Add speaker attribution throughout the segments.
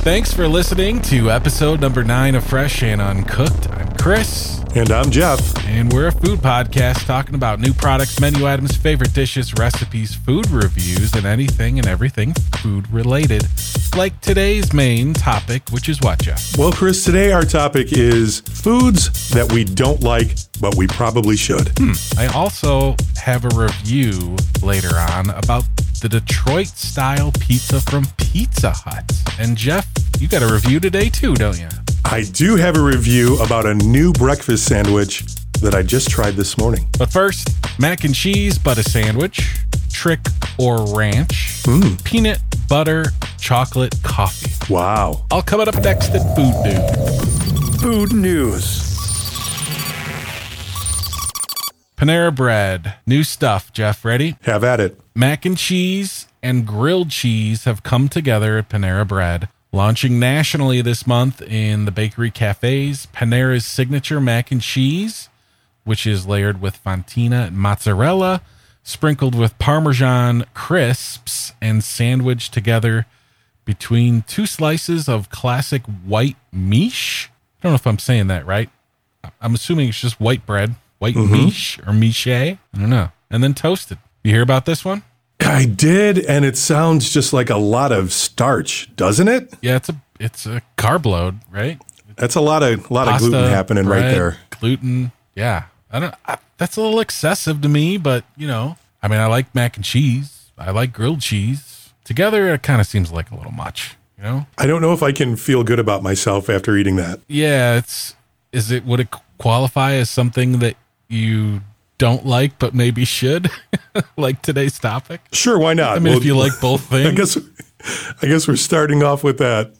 Speaker 1: Thanks for listening to episode number nine of Fresh and Uncooked. I'm Chris,
Speaker 2: And I'm Jeff.
Speaker 1: and we're a food podcast talking about new products, menu items, favorite dishes, recipes, food reviews, and anything and everything food related. Like today's main topic, which is what, Jeff?
Speaker 2: Well, Chris, today our topic is foods that we don't like, but we probably should.
Speaker 1: I also have a review later on about the Detroit style pizza from Pizza Hut. And Jeff, you got a review today too, don't you?
Speaker 2: I do have a review about a new breakfast sandwich that I just tried this morning.
Speaker 1: But first, mac and cheese, butter sandwich, trick or ranch, peanut butter, chocolate coffee.
Speaker 2: Wow.
Speaker 1: All coming up next at Food Dude.
Speaker 2: Food news.
Speaker 1: Panera Bread, new stuff, Jeff, ready?
Speaker 2: Have at it.
Speaker 1: Mac and cheese and grilled cheese have come together at Panera Bread, launching nationally this month in the bakery cafes. Panera's signature mac and cheese, which is layered with fontina and mozzarella, sprinkled with parmesan crisps, and sandwiched together between two slices of classic white miche. I don't know if I'm saying that right. I'm assuming it's just white bread, white miche or miche. I don't know. And then toasted. You hear about this one?
Speaker 2: I did, and it sounds just like a lot of starch, doesn't it?
Speaker 1: Yeah, it's a it's a carb load, right?
Speaker 2: That's a lot of lot of gluten happening right
Speaker 1: bread,
Speaker 2: there.
Speaker 1: Gluten, yeah. I don't. I, that's a little excessive to me, but you know, I mean, I like mac and cheese. I like grilled cheese. Together, it kind of seems like a little much, you know.
Speaker 2: I don't know if I can feel good about myself after eating that.
Speaker 1: Yeah, it's is it would it qualify as something that you don't like but maybe should, like today's topic?
Speaker 2: Sure, why not?
Speaker 1: I mean, if you like both
Speaker 2: I
Speaker 1: things,
Speaker 2: guess I guess we're starting off with that.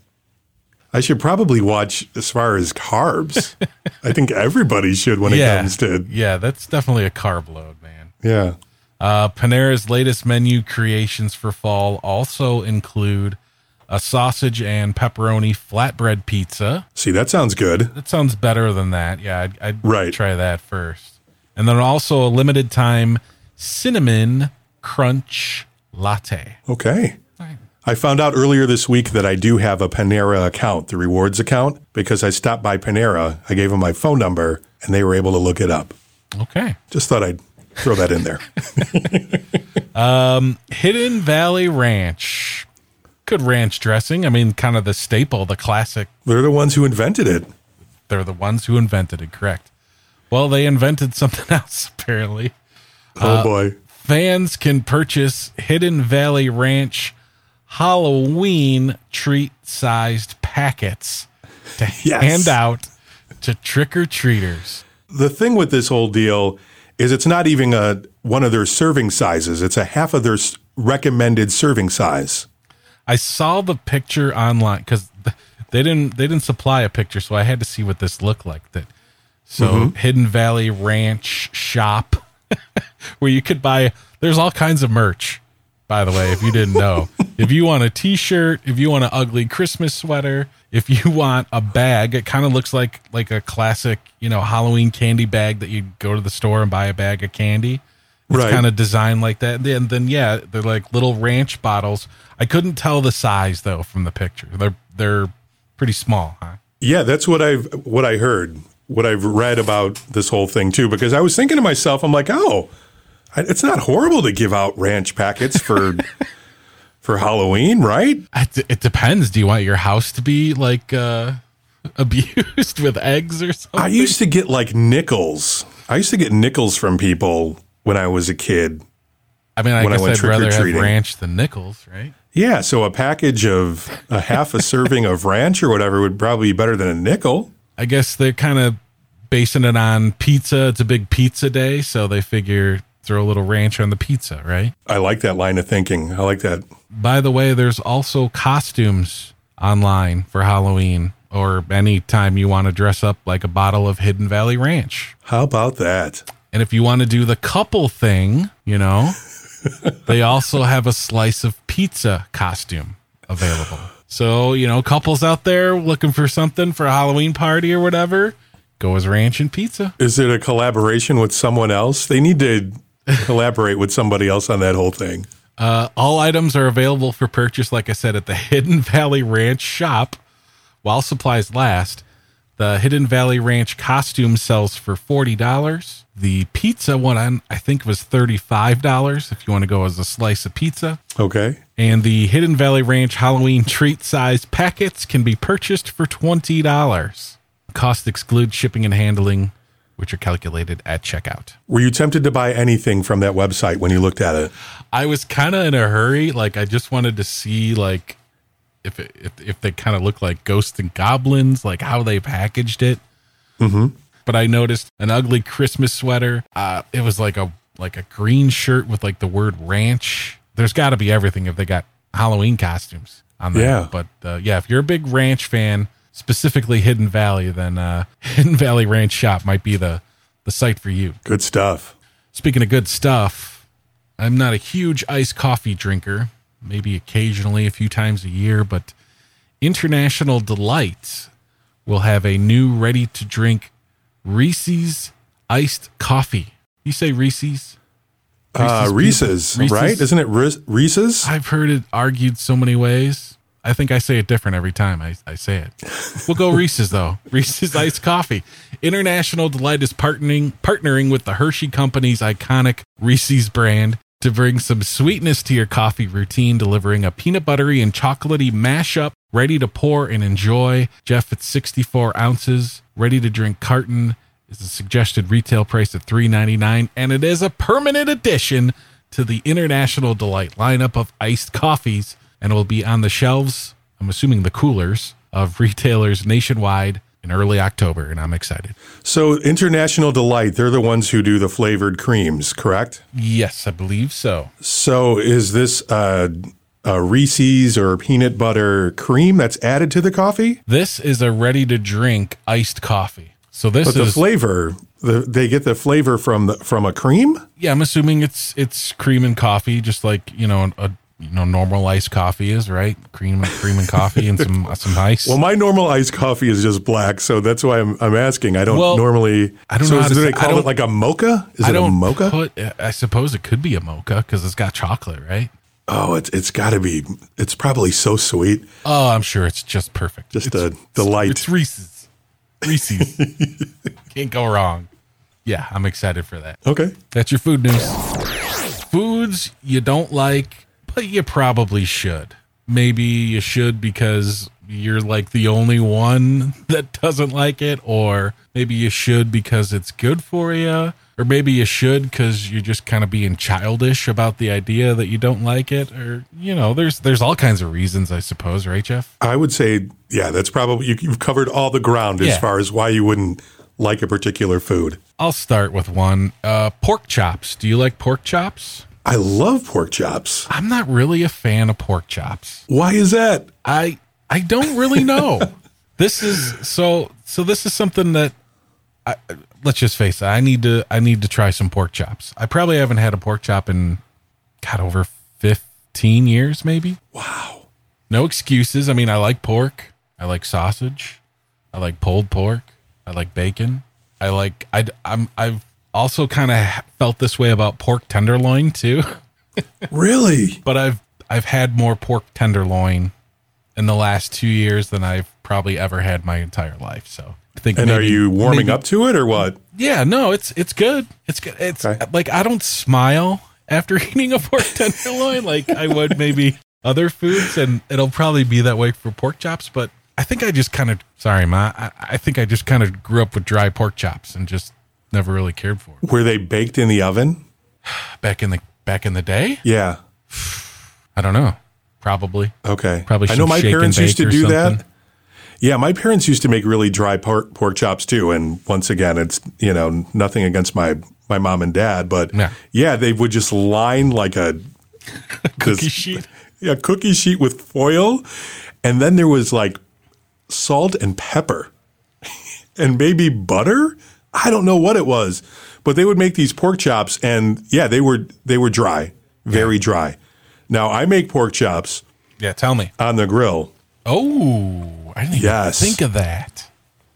Speaker 2: I should probably watch as far as carbs. I think everybody should when it
Speaker 1: yeah,
Speaker 2: comes to
Speaker 1: yeah, that's definitely a carb load, man.
Speaker 2: yeah.
Speaker 1: Uh, Panera's latest menu creations for fall also include a sausage and pepperoni flatbread pizza.
Speaker 2: See, that sounds good.
Speaker 1: That sounds better than that. Yeah, I'd, I'd
Speaker 2: Right.
Speaker 1: try that first. And then also a limited time cinnamon crunch latte.
Speaker 2: Okay. I found out earlier this week that I do have a Panera account, the rewards account, because I stopped by Panera. I gave them my phone number and they were able to look it up.
Speaker 1: Okay.
Speaker 2: Just thought I'd throw that in there.
Speaker 1: Hidden Valley Ranch. Good ranch dressing. I mean, kind of the staple, the classic
Speaker 2: They're the ones who invented it.
Speaker 1: They're the ones who invented it, correct? Well, they invented something else, apparently.
Speaker 2: Oh boy.
Speaker 1: Fans can purchase Hidden Valley Ranch Halloween treat sized packets to
Speaker 2: Yes.
Speaker 1: hand out to trick or treaters.
Speaker 2: The thing with this whole deal is it's not even a one of their serving sizes. It's a half of their s- recommended serving size.
Speaker 1: I saw the picture online because they didn't they didn't supply a picture, so I had to see what this looked like. That so Hidden Valley Ranch shop where you could buy. There's all kinds of merch, by the way. If you didn't know, if you want a T-shirt, if you want an ugly Christmas sweater, if you want a bag, it kind of looks like like a classic you know Halloween candy bag that you go to the store and buy a bag of candy. It's
Speaker 2: Right.
Speaker 1: kind of designed like that. And then, then yeah, they're like little ranch bottles. I couldn't tell the size though from the picture. They're they're pretty small, huh?
Speaker 2: Yeah, that's what I've what I heard, what I've read about this whole thing too. Because I was thinking to myself, I'm like, oh, I- it's not horrible to give out ranch packets for for Halloween, right?
Speaker 1: It, it depends. Do you want your house to be like uh, abused with eggs or something?
Speaker 2: I used to get like nickels. I used to get nickels from people when I was a kid.
Speaker 1: I mean, I
Speaker 2: When I
Speaker 1: guess
Speaker 2: went
Speaker 1: I'd rather have
Speaker 2: trick-or-treating.
Speaker 1: ranch than nickels, right?
Speaker 2: Yeah, so a package of a half a serving of ranch or whatever would probably be better than a nickel.
Speaker 1: I guess they're kind of basing it on pizza. It's a big pizza day, so they figure throw a little ranch on the pizza, right?
Speaker 2: I like that line of thinking. I like that.
Speaker 1: By the way, there's also costumes online for Halloween or any time you want to dress up like a bottle of Hidden Valley Ranch.
Speaker 2: How about that?
Speaker 1: And if you want to do the couple thing, you know, they also have a slice of pizza costume available. So, you know, couples out there looking for something for a Halloween party or whatever, go as ranch and pizza.
Speaker 2: Is it a collaboration with someone else? They need to collaborate with somebody else on that whole thing.
Speaker 1: Uh, all items are available for purchase, like I said, at the Hidden Valley Ranch shop while supplies last. The Hidden Valley Ranch costume sells for $40. The pizza one, I- I think, was $35 if you want to go as a slice of pizza.
Speaker 2: Okay.
Speaker 1: And the Hidden Valley Ranch Halloween treat size packets can be purchased for $20. Costs exclude shipping and handling, which are calculated at checkout.
Speaker 2: Were you tempted to buy anything from that website when you looked at it?
Speaker 1: I was kind of in a hurry. Like, I just wanted to see, like, if, it, if, if they kind of look like ghosts and goblins, like how they packaged it. But I noticed an ugly Christmas sweater. Uh, it was like a like a green shirt with like the word ranch. There's got to be everything if they got Halloween costumes on there.
Speaker 2: Yeah.
Speaker 1: But uh, yeah, if you're a big ranch fan, specifically Hidden Valley, then uh, Hidden Valley Ranch Shop might be the the site for you.
Speaker 2: Good stuff.
Speaker 1: Speaking of good stuff, I'm not a huge iced coffee drinker, maybe occasionally a few times a year, but International Delight will have a new ready to drink Reese's iced coffee. You say Reese's?
Speaker 2: Uh, Reese's,
Speaker 1: Reese's?
Speaker 2: right? Isn't it Re- Reese's?
Speaker 1: I've heard it argued so many ways. I think I say it different every time I, I say it. We'll go Reese's though. Reese's iced coffee. International Delight is partnering partnering with the Hershey Company's iconic Reese's brand to bring some sweetness to your coffee routine, delivering a peanut buttery and chocolatey mashup ready to pour and enjoy. Jeff, it's 64 ounces, ready to drink carton is a suggested retail price of $3.99, and it is a permanent addition to the International Delight lineup of iced coffees and will be on the shelves, I'm assuming the coolers, of retailers nationwide in early October, and I'm excited.
Speaker 2: So International Delight, they're the ones who do the flavored creams, correct?
Speaker 1: Yes, I believe so.
Speaker 2: So is this uh, a Reese's or peanut butter cream that's added to the coffee?
Speaker 1: This is a ready to drink iced coffee. So this
Speaker 2: But the
Speaker 1: is
Speaker 2: flavor, the, they get the flavor from the, from a cream.
Speaker 1: yeah, I'm assuming it's it's cream and coffee, just like you know a you know normal iced coffee is right, cream cream and coffee and some some ice.
Speaker 2: Well, my normal iced coffee is just black, so that's why I'm, I'm asking. I don't
Speaker 1: Well,
Speaker 2: normally.
Speaker 1: I don't
Speaker 2: so
Speaker 1: know
Speaker 2: is-
Speaker 1: how to
Speaker 2: do
Speaker 1: say-
Speaker 2: they
Speaker 1: I
Speaker 2: call it
Speaker 1: don't-
Speaker 2: like a mocha? Is
Speaker 1: I
Speaker 2: it a
Speaker 1: don't
Speaker 2: mocha?
Speaker 1: put- I suppose it could be a mocha because it's got chocolate, right?
Speaker 2: oh, it's it's got to be. It's probably so sweet.
Speaker 1: Oh, I'm sure it's just perfect.
Speaker 2: Just
Speaker 1: it's,
Speaker 2: a delight.
Speaker 1: it's Reese's. Reese's can't go wrong. Yeah, I'm excited for that.
Speaker 2: okay.
Speaker 1: That's your food news. Foods you don't like, but you probably should. Maybe you should because you're like the only one that doesn't like it, or maybe you should because it's good for you, or maybe you should because you're just kind of being childish about the idea that you don't like it, or you know, there's there's all kinds of reasons, I suppose, right, Jeff?
Speaker 2: I would say, yeah, that's probably you, you've covered all the ground as
Speaker 1: Yeah.
Speaker 2: far as why you wouldn't like a particular food.
Speaker 1: I'll start with one. Uh, pork chops. Do you like pork chops?
Speaker 2: I love pork chops.
Speaker 1: I'm not really a fan of pork chops.
Speaker 2: Why is that?
Speaker 1: I I don't really know. this is so so this is something that I, let's just face it. I need to I need to try some pork chops. I probably haven't had a pork chop in got over 15 years maybe.
Speaker 2: Wow.
Speaker 1: No excuses. I mean, I like pork. I like sausage. I like pulled pork. I like bacon. I like I I'm I've also kind of felt this way about pork tenderloin too.
Speaker 2: Really?
Speaker 1: but I've I've had more pork tenderloin in the last two years than I've probably ever had my entire life. So I think.
Speaker 2: And are
Speaker 1: maybe-
Speaker 2: you warming
Speaker 1: maybe-
Speaker 2: up to it or what?
Speaker 1: Yeah, no, it's it's good. It's good. It's
Speaker 2: Okay.
Speaker 1: like I don't smile after eating a pork tenderloin like I would maybe other foods, and it'll probably be that way for pork chops. But I think I just kind of sorry, ma. I, I think I just kind of grew up with dry pork chops and just never really cared for 'em.
Speaker 2: Were they baked in the oven?
Speaker 1: back in the back in the day.
Speaker 2: Yeah.
Speaker 1: I don't know. Probably.
Speaker 2: Okay.
Speaker 1: Probably
Speaker 2: I know
Speaker 1: some
Speaker 2: my
Speaker 1: shake and
Speaker 2: parents used
Speaker 1: bake
Speaker 2: to
Speaker 1: or
Speaker 2: do that.
Speaker 1: something.
Speaker 2: Yeah, my parents used to make really dry pork, pork chops too. And once again, it's you know nothing against my my mom and dad, but
Speaker 1: Yeah.
Speaker 2: yeah, they would just line like a
Speaker 1: Cookie
Speaker 2: this-
Speaker 1: sheet.
Speaker 2: yeah, cookie sheet with foil, and then there was like salt and pepper, and maybe butter. I don't know what it was, but they would make these pork chops, and yeah, they were they were dry, very dry. Now I make pork chops
Speaker 1: Yeah, tell me.
Speaker 2: on the grill.
Speaker 1: Oh, I didn't even
Speaker 2: Yes.
Speaker 1: think of that.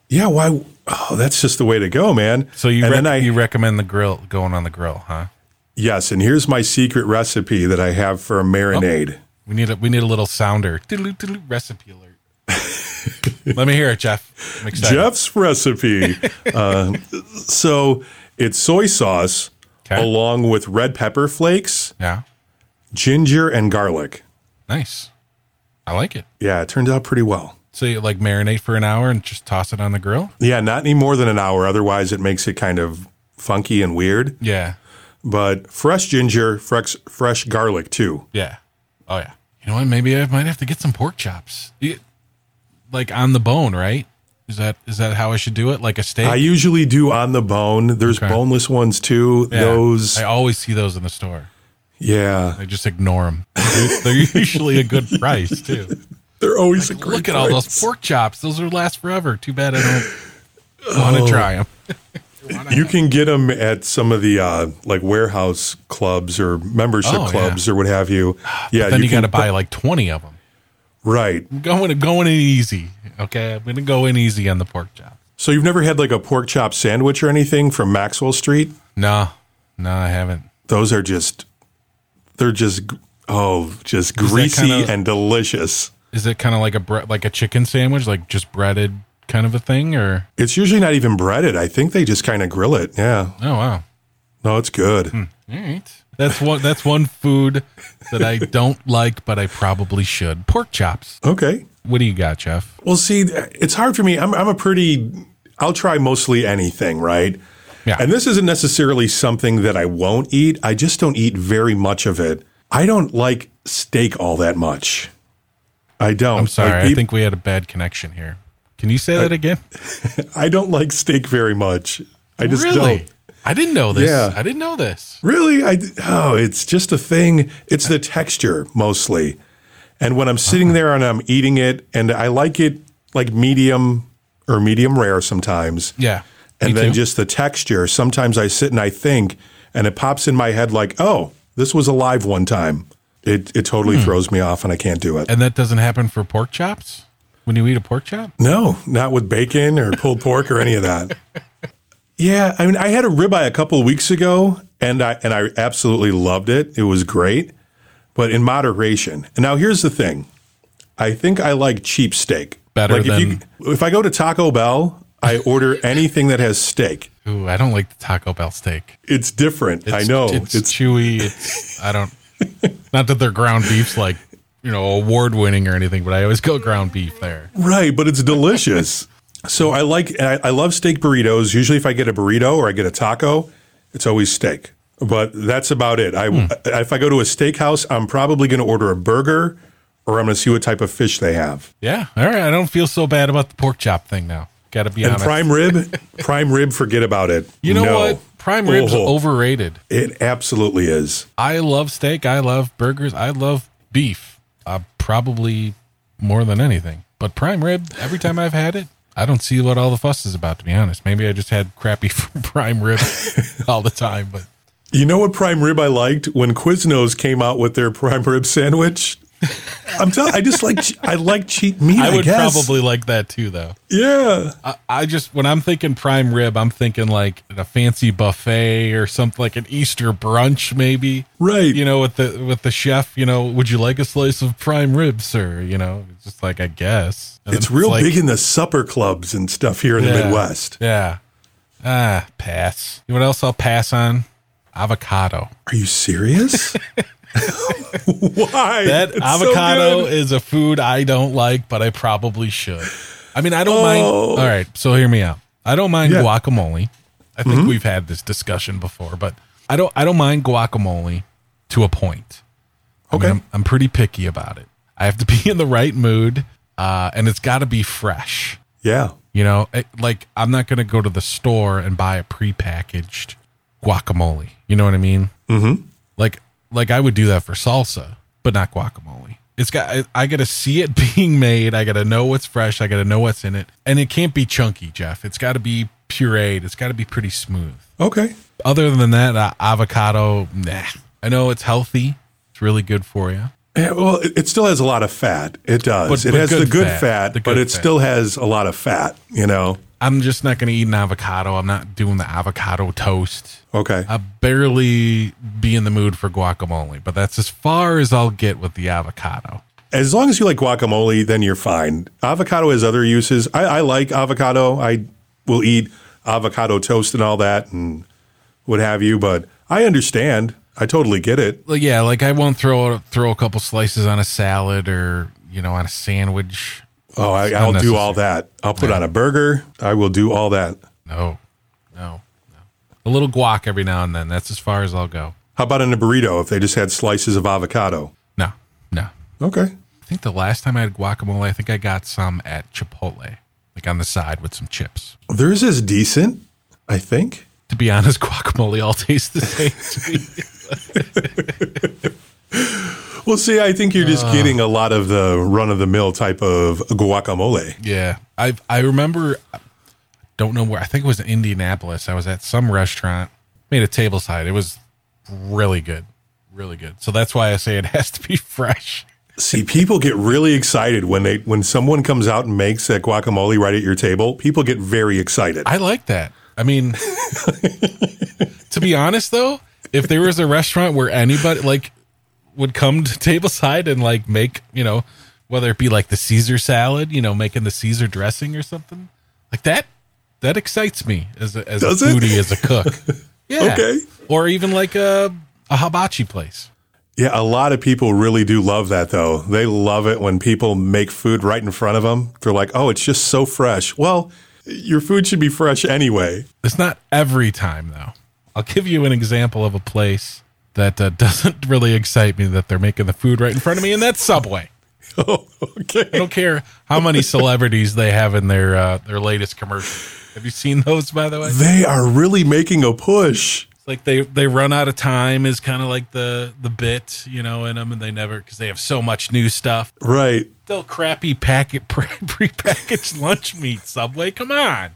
Speaker 2: Yeah, why? Oh, that's just the way to go, man.
Speaker 1: So you
Speaker 2: and
Speaker 1: rec-
Speaker 2: then I
Speaker 1: you recommend the grill going on the grill, huh?
Speaker 2: Yes, and here's my secret recipe that I have for a marinade.
Speaker 1: We need a we need a little sounder. Doodaloo, doodaloo, recipe alert. Let me hear it, Jeff. I'm excited.
Speaker 2: Jeff's recipe. uh, so it's soy sauce
Speaker 1: Okay.
Speaker 2: along with red pepper flakes,
Speaker 1: Yeah.
Speaker 2: ginger, and garlic.
Speaker 1: Nice. I like it.
Speaker 2: Yeah, it turned out pretty well.
Speaker 1: So you like marinate for an hour and just toss it on the grill?
Speaker 2: Yeah, not any more than an hour. Otherwise, it makes it kind of funky and weird.
Speaker 1: Yeah.
Speaker 2: But fresh ginger, fresh, fresh garlic too.
Speaker 1: Yeah. Oh yeah. You know what? Maybe I might have to get some pork chops. You- Like on the bone, right? Is that is that how I should do it? Like a steak?
Speaker 2: I usually do on the bone. There's boneless ones too.
Speaker 1: Yeah.
Speaker 2: Those,
Speaker 1: I always see those in the store.
Speaker 2: yeah,
Speaker 1: I just ignore them. They're usually a good price too.
Speaker 2: they're always a great
Speaker 1: Look at all
Speaker 2: price.
Speaker 1: those pork chops. Those will last forever. Too bad I don't want to try them.
Speaker 2: You can get them at some of the uh, like warehouse clubs or membership
Speaker 1: Oh, yeah.
Speaker 2: clubs or what have you. Yeah,
Speaker 1: then you,
Speaker 2: can-
Speaker 1: got to buy like 20 of them.
Speaker 2: right.
Speaker 1: I'm going going in easy. Okay, I'm going to go in easy on the pork chops.
Speaker 2: So you've never had like a pork chop sandwich or anything from Maxwell Street?
Speaker 1: No. No, I haven't.
Speaker 2: Those are just they're just oh, just greasy
Speaker 1: kinda-
Speaker 2: and delicious.
Speaker 1: Is it kind of like a bre- like a chicken sandwich, like just breaded kind of a thing or
Speaker 2: It's usually not even breaded. I think they just kind of grill it. Yeah.
Speaker 1: Oh wow.
Speaker 2: No, it's good.
Speaker 1: All right. That's one that's one food that I don't like but I probably should. Pork chops.
Speaker 2: Okay.
Speaker 1: What do you got, Jeff?
Speaker 2: Well, see, it's hard for me. I'm I'm a pretty I'll try mostly anything, right?
Speaker 1: Yeah.
Speaker 2: And this isn't necessarily something that I won't eat. I just don't eat very much of it. I don't like steak all that much. I don't.
Speaker 1: I'm sorry.
Speaker 2: Like, Uh,
Speaker 1: I
Speaker 2: peop-
Speaker 1: think we had a bad connection here. Can you say that again?
Speaker 2: I don't like steak very much. I just don't.
Speaker 1: I didn't know this.
Speaker 2: Yeah.
Speaker 1: I didn't know this.
Speaker 2: Really? I oh, it's just a thing. It's the texture mostly. And when I'm sitting there and I'm eating it and I like it like medium or medium rare sometimes.
Speaker 1: Yeah.
Speaker 2: and
Speaker 1: me
Speaker 2: then
Speaker 1: too.
Speaker 2: just the texture. Sometimes I sit and I think, and it pops in my head like, "Oh, this was alive one time." It it totally throws me off, and I can't do it.
Speaker 1: Hmm. and that doesn't happen for pork chops? When you eat a pork chop?
Speaker 2: No, not with bacon or pulled pork or any of that. Yeah, I mean, I had a ribeye a couple of weeks ago, and I and I absolutely loved it. It was great, but in moderation. And now here's the thing: I think I like cheap steak
Speaker 1: Better
Speaker 2: Like if
Speaker 1: than-
Speaker 2: you, if I go to Taco Bell, I order anything that has steak.
Speaker 1: Ooh, I don't like the Taco Bell steak.
Speaker 2: It's different. I
Speaker 1: It's-
Speaker 2: know
Speaker 1: It's, chewy. It's I don't not that their ground beef's like, you know, award winning or anything, but I always go ground beef there.
Speaker 2: Right, but it's delicious. so I like and I, I love steak burritos. Usually, if I get a burrito or I get a taco, it's always steak. But that's about it. I
Speaker 1: Hmm.
Speaker 2: if I go to a steakhouse, I'm probably going to order a burger, or I'm going to see what type of fish they have.
Speaker 1: Yeah. All right. I don't feel so bad about the pork chop thing now. Gotta be
Speaker 2: And
Speaker 1: honest.
Speaker 2: prime rib, prime rib, forget about it.
Speaker 1: you know
Speaker 2: No.
Speaker 1: what? Prime ribs
Speaker 2: Oh,
Speaker 1: overrated.
Speaker 2: It absolutely is.
Speaker 1: I love steak. I love burgers. I love beef. Uh, probably more than anything. But prime rib, every time I've had it, I don't see what all the fuss is about, to be honest. Maybe I just had crappy prime rib all the time, but
Speaker 2: You know what prime rib I liked when Quiznos came out with their prime rib sandwich. I'm telling. I just like. che- I like cheap meat. I,
Speaker 1: I would
Speaker 2: guess.
Speaker 1: probably like that too, though.
Speaker 2: Yeah.
Speaker 1: I, I just when I'm thinking prime rib, I'm thinking like a fancy buffet or something like an Easter brunch, maybe.
Speaker 2: Right.
Speaker 1: You know, with the with the chef, you know, would you like a slice of prime rib, sir? You know, it's just like I guess And
Speaker 2: It's
Speaker 1: then
Speaker 2: real
Speaker 1: like,
Speaker 2: big in the supper clubs and stuff here in the
Speaker 1: yeah,
Speaker 2: Midwest.
Speaker 1: Yeah. Ah, pass. You know what else I'll pass on? Avocado.
Speaker 2: Are you serious? Why?
Speaker 1: That
Speaker 2: It's so
Speaker 1: avocado
Speaker 2: good.
Speaker 1: is a food I don't like, but I probably should. I mean, I don't mind.
Speaker 2: Oh.
Speaker 1: All right, so hear me out. I don't mind
Speaker 2: Yeah. Mm-hmm.
Speaker 1: guacamole. I think we've had this discussion before, but I don't. I don't mind guacamole to a point. I mean,
Speaker 2: Okay.
Speaker 1: I'm, I'm pretty picky about it. I have to be in the right mood, uh, and it's got to be fresh.
Speaker 2: yeah.
Speaker 1: You know, it, like I'm not going to go to the store and buy a prepackaged guacamole. You know what I mean? Mm-hmm. Like, like I would do that for salsa, but not guacamole. It's got. I, I got to see it being made. I got to know what's fresh. I got to know what's in it, and it can't be chunky, Jeff. It's got to be pureed. It's got to be pretty smooth.
Speaker 2: Okay.
Speaker 1: Other than that, uh, avocado. Nah. I know it's healthy. It's really good for you.
Speaker 2: Yeah, well, it, it still has a lot of fat. It does.
Speaker 1: But-
Speaker 2: it
Speaker 1: but
Speaker 2: has
Speaker 1: good
Speaker 2: the good
Speaker 1: fat.
Speaker 2: fat,
Speaker 1: The
Speaker 2: but
Speaker 1: good
Speaker 2: it
Speaker 1: fat.
Speaker 2: still has a lot of fat, you know?
Speaker 1: I'm just not going to eat an avocado. I'm not doing the avocado toast.
Speaker 2: Okay.
Speaker 1: I barely be in the mood for guacamole, but that's as far as I'll get with the avocado.
Speaker 2: As long as you like guacamole, then you're fine. Avocado has other uses. I, I like avocado. I will eat avocado toast and all that and what have you, but I understand. I totally get it.
Speaker 1: Like, yeah, like I won't throw throw a couple slices on a salad or you know on a sandwich.
Speaker 2: Oh, I,
Speaker 1: It's
Speaker 2: I'll do
Speaker 1: unnecessary.
Speaker 2: all that. I'll put on a burger. I will do all that.
Speaker 1: No, no, no. A little guac every now and then. That's as far as I'll go.
Speaker 2: How about in a burrito if they just had slices of avocado?
Speaker 1: No, no.
Speaker 2: Okay.
Speaker 1: I think the last time I had guacamole, I think I got some at Chipotle, like on the side with some chips.
Speaker 2: Theirs is decent, I think.
Speaker 1: To be honest, guacamole all tastes the same. to me.
Speaker 2: Well, see, I think you're just getting a lot of the run of the mill type of guacamole.
Speaker 1: yeah, I I remember. I Don't know where. I think it was in Indianapolis. I was at some restaurant, made a table side. It was really good, really good. So that's why I say it has to be fresh.
Speaker 2: See, people get really excited when they when someone comes out and makes that guacamole right at your table. People get very excited.
Speaker 1: I like that. I mean, to be honest though, if there was a restaurant where anybody like would come to tableside and like make, you know, whether it be like the Caesar salad, you know, making the Caesar dressing or something like that, that excites me as a, as a
Speaker 2: Does it?
Speaker 1: foodie, as a cook. Yeah.
Speaker 2: Okay.
Speaker 1: Or even like a, a hibachi place.
Speaker 2: Yeah, a lot of people really do love that though. They love it when people make food right in front of them. They're like, "Oh, it's just so fresh." Well, your food should be fresh anyway.
Speaker 1: It's not every time though. I'll give you an example of a place that uh, doesn't really excite me that they're making the food right in front of me, and that's Subway.
Speaker 2: Oh,
Speaker 1: I
Speaker 2: okay.
Speaker 1: don't care how many celebrities they have in their uh, their latest commercial. Have you seen those? By the way, it's
Speaker 2: They are really making a push.
Speaker 1: like they they run out of time is kind of like the the bit you know in them, and they never because they have so much new stuff.
Speaker 2: Right.
Speaker 1: Still crappy packet pre- prepackaged lunch meat. Subway, come on.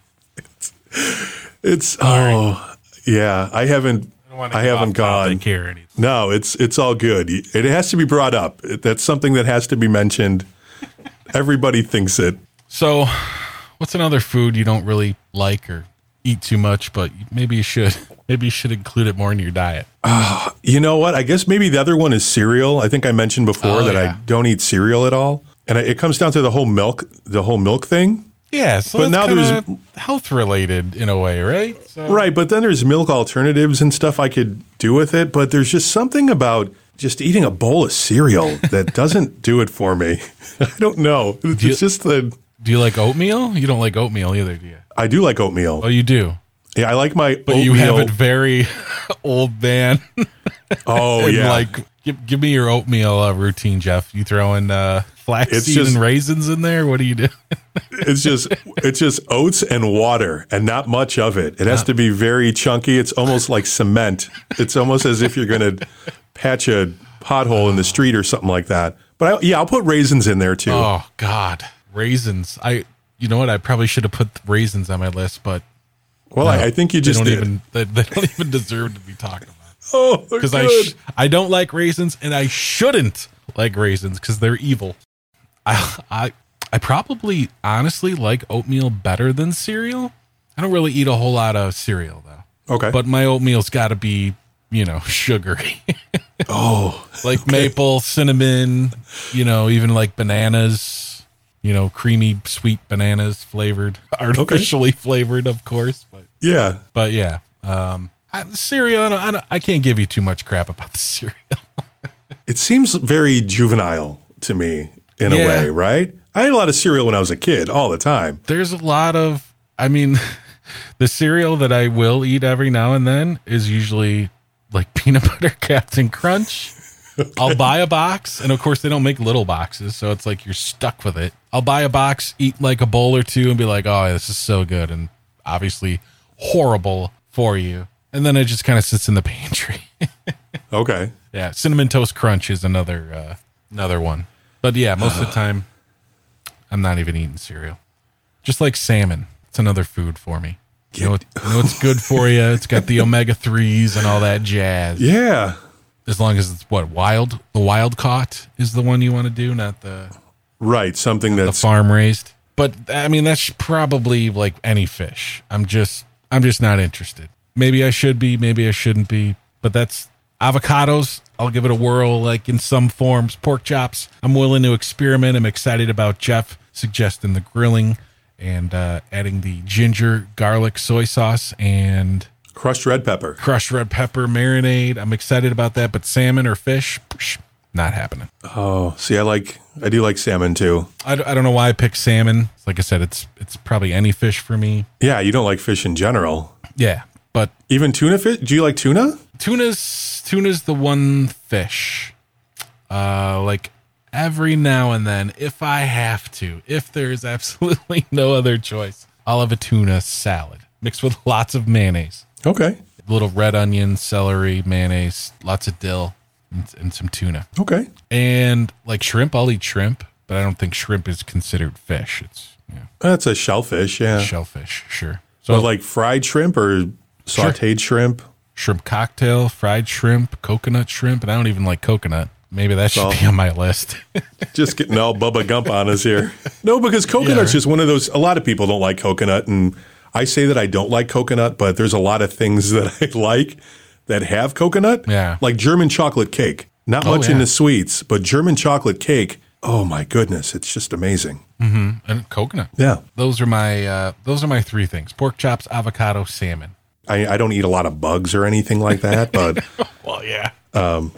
Speaker 2: It's oh, yeah. I haven't
Speaker 1: wanna
Speaker 2: I
Speaker 1: get
Speaker 2: haven't
Speaker 1: off topic
Speaker 2: gone.
Speaker 1: here. Any
Speaker 2: No, it's it's all good. It has to be brought up. That's something that has to be mentioned. Everybody thinks it.
Speaker 1: So, what's another food you don't really like or eat too much, but maybe you should maybe you should include it more in your diet.
Speaker 2: You know what? I guess maybe the other one is cereal. I think I mentioned before
Speaker 1: Oh,
Speaker 2: that
Speaker 1: yeah.
Speaker 2: I don't eat cereal at all, and I, it comes down to the whole milk, the whole milk thing,
Speaker 1: Yeah, so
Speaker 2: But
Speaker 1: but
Speaker 2: now
Speaker 1: now
Speaker 2: there's-
Speaker 1: health related in a way, right? So,
Speaker 2: right? But then there's milk alternatives and stuff I could do with it. But there's just something about just eating a bowl of cereal that doesn't do it for me. I don't know. It's
Speaker 1: you-
Speaker 2: just the
Speaker 1: Do you like oatmeal? You don't like oatmeal either, do you?
Speaker 2: I do like oatmeal.
Speaker 1: Oh, you do.
Speaker 2: Yeah, I like my
Speaker 1: But
Speaker 2: oatmeal.
Speaker 1: you have it very old man.
Speaker 2: oh
Speaker 1: And
Speaker 2: yeah,
Speaker 1: Like, give, give me your oatmeal uh, routine, Jeff. You throwing uh,
Speaker 2: It's
Speaker 1: flaxseed
Speaker 2: just-
Speaker 1: and raisins in there? What do you do?
Speaker 2: it's just it's just oats and water and not much of it. It has to be very chunky. It's almost like cement. It's almost as if you're going to patch a pothole in the street or something like that. But I, yeah, I'll put raisins in there too.
Speaker 1: oh, God. Raisins. I. You know what? I probably should have put raisins on my list, but
Speaker 2: well, I, I think you
Speaker 1: they
Speaker 2: just
Speaker 1: don't
Speaker 2: did.
Speaker 1: even they, they don't even deserve to be talked about.
Speaker 2: oh, they're
Speaker 1: because I
Speaker 2: good.
Speaker 1: sh- I don't like raisins and I shouldn't like raisins because they're evil. I I I probably honestly like oatmeal better than cereal. I don't really eat a whole lot of cereal though,
Speaker 2: okay.
Speaker 1: but my oatmeal's got to be you know sugary,
Speaker 2: oh,
Speaker 1: like maple, cinnamon, you know, even like bananas. You know, creamy, sweet bananas flavored, artificially flavored, of course. But,
Speaker 2: yeah.
Speaker 1: but yeah, um, I, cereal. I, don't, I, don't, I can't give you too much crap about the cereal.
Speaker 2: It seems very juvenile to me in a
Speaker 1: Yeah.
Speaker 2: way, right? I ate a lot of cereal when I was a kid, all the time.
Speaker 1: there's a lot of i mean the cereal that i will eat every now and then is usually like peanut butter captain crunch i'll buy a box and of course they don't make little boxes so it's like you're stuck with it i'll buy a box eat like a bowl or two and be like oh this is so good and obviously horrible for you and then it just kind of sits in the pantry
Speaker 2: Okay.
Speaker 1: yeah cinnamon toast crunch is another uh, another one but yeah most of the time i'm not even eating cereal just like salmon it's another food for me you know, it, you know it's good for you it's got the omega-3s and all that jazz
Speaker 2: Yeah.
Speaker 1: as long as it's what wild the wild caught is the one you want to do not the,
Speaker 2: Right. Something
Speaker 1: the
Speaker 2: that's
Speaker 1: farm raised But I mean, that's probably like any fish. I'm just, I'm just not interested. Maybe I should be, maybe I shouldn't be. But that's avocados. I'll give it a whirl, like in some forms. Pork chops. I'm willing to experiment. I'm excited about Jeff suggesting the grilling and uh, adding the ginger, garlic, soy sauce, and
Speaker 2: Crushed red pepper.
Speaker 1: crushed red pepper marinade. I'm excited about that. But salmon or fish, psh, not happening.
Speaker 2: Oh, see, I like, I do like salmon too.
Speaker 1: I, I don't know why I picked salmon. Like I said, it's it's probably any fish for me.
Speaker 2: Yeah, you don't like fish in general.
Speaker 1: Yeah, but
Speaker 2: Even tuna fish? Do you like tuna?
Speaker 1: tuna's tuna's the one fish. Uh, like every now and then, if I have to, if there's absolutely no other choice, I'll have a tuna salad mixed with lots of mayonnaise,
Speaker 2: Okay.
Speaker 1: little red onion, celery, mayonnaise, lots of dill, and, and some tuna.
Speaker 2: Okay.
Speaker 1: And like shrimp, I'll eat shrimp, but I don't think shrimp is considered fish. It's yeah,
Speaker 2: That's a shellfish, yeah.
Speaker 1: shellfish, sure.
Speaker 2: But
Speaker 1: So
Speaker 2: like fried shrimp or sauteed shrimp?
Speaker 1: shrimp cocktail, fried shrimp, coconut shrimp, and I don't even like coconut. Maybe that should
Speaker 2: So-
Speaker 1: be on my list.
Speaker 2: Just getting all Bubba Gump on us here. No, because coconut's
Speaker 1: Yeah.
Speaker 2: just one of those. A lot of people don't like coconut, and I say that I don't like coconut, but there's a lot of things that I like that have coconut.
Speaker 1: Yeah. Oh,
Speaker 2: like German chocolate cake. Not much in
Speaker 1: yeah.
Speaker 2: the sweets, but German chocolate cake. Oh my goodness, it's just amazing.
Speaker 1: and coconut.
Speaker 2: Yeah,
Speaker 1: Those are my uh, those are my three things: pork chops, avocado, salmon.
Speaker 2: I, I don't eat a lot of bugs or anything like that, but
Speaker 1: Well, yeah,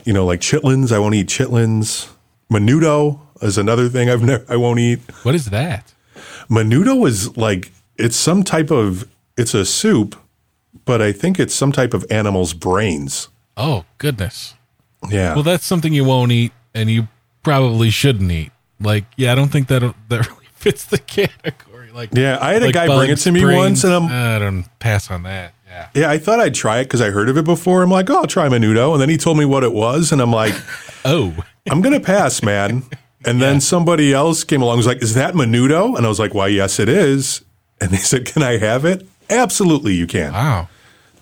Speaker 2: you know, like chitlins, I won't eat chitlins. Menudo is another thing I've never I won't eat.
Speaker 1: what is that?
Speaker 2: Menudo is like it's some type of it's a soup, but I think it's some type of animal's brains.
Speaker 1: Oh goodness.
Speaker 2: Yeah.
Speaker 1: Well, that's something you won't eat, and you probably shouldn't eat. Like, yeah, I don't think that that really fits the category. Like,
Speaker 2: yeah, I had a
Speaker 1: like
Speaker 2: guy bring it
Speaker 1: bugs,
Speaker 2: to me once
Speaker 1: brains.
Speaker 2: and I'm
Speaker 1: I don't pass on that. Yeah.
Speaker 2: yeah, I thought I'd try it cuz I heard of it before. I'm like, "Oh, I'll try menudo." And then he told me what it was and I'm like,
Speaker 1: Oh,
Speaker 2: "I'm going to pass, man." And then somebody else came along and was like, "Is that menudo?" And I was like, "Why, yes it is." And they said, "Can I have it?" Absolutely, you can.
Speaker 1: wow.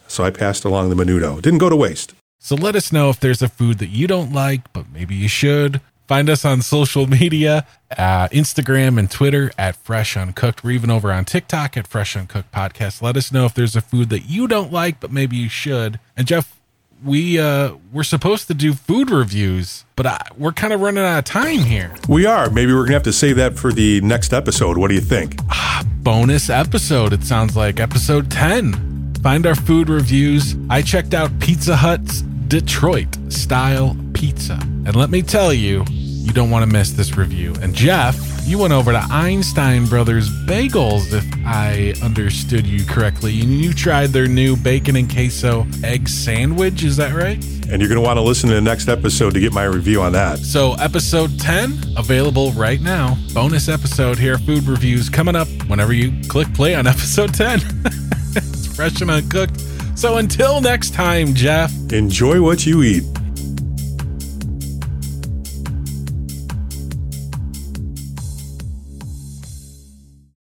Speaker 2: So I passed along the menudo. It didn't go to waste.
Speaker 1: So let us know if there's a food that you don't like, but maybe you should. Find us on social media, uh, Instagram and Twitter at Fresh Uncooked. We're even over on TikTok at Fresh Uncooked Podcast. Let us know if there's a food that you don't like, but maybe you should. And Jeff, we uh, we're supposed to do food reviews, but I, we're kind of running out of time here.
Speaker 2: We are. Maybe we're going to have to save that for the next episode. What do you think?
Speaker 1: bonus episode. It sounds like episode 10. Find our food reviews. I checked out Pizza Hut's Detroit style pizza. And let me tell you, you don't want to miss this review. And Jeff, you went over to Einstein Brothers Bagels, if I understood you correctly. And you tried their new bacon and queso egg sandwich. Is that right?
Speaker 2: And you're going to want to listen to the next episode to get my review on that.
Speaker 1: So, episode 10 available right now. Bonus episode here. Food reviews coming up whenever you click play on episode 10. it's fresh and uncooked. So, until next time, Jeff,
Speaker 2: Enjoy what you eat.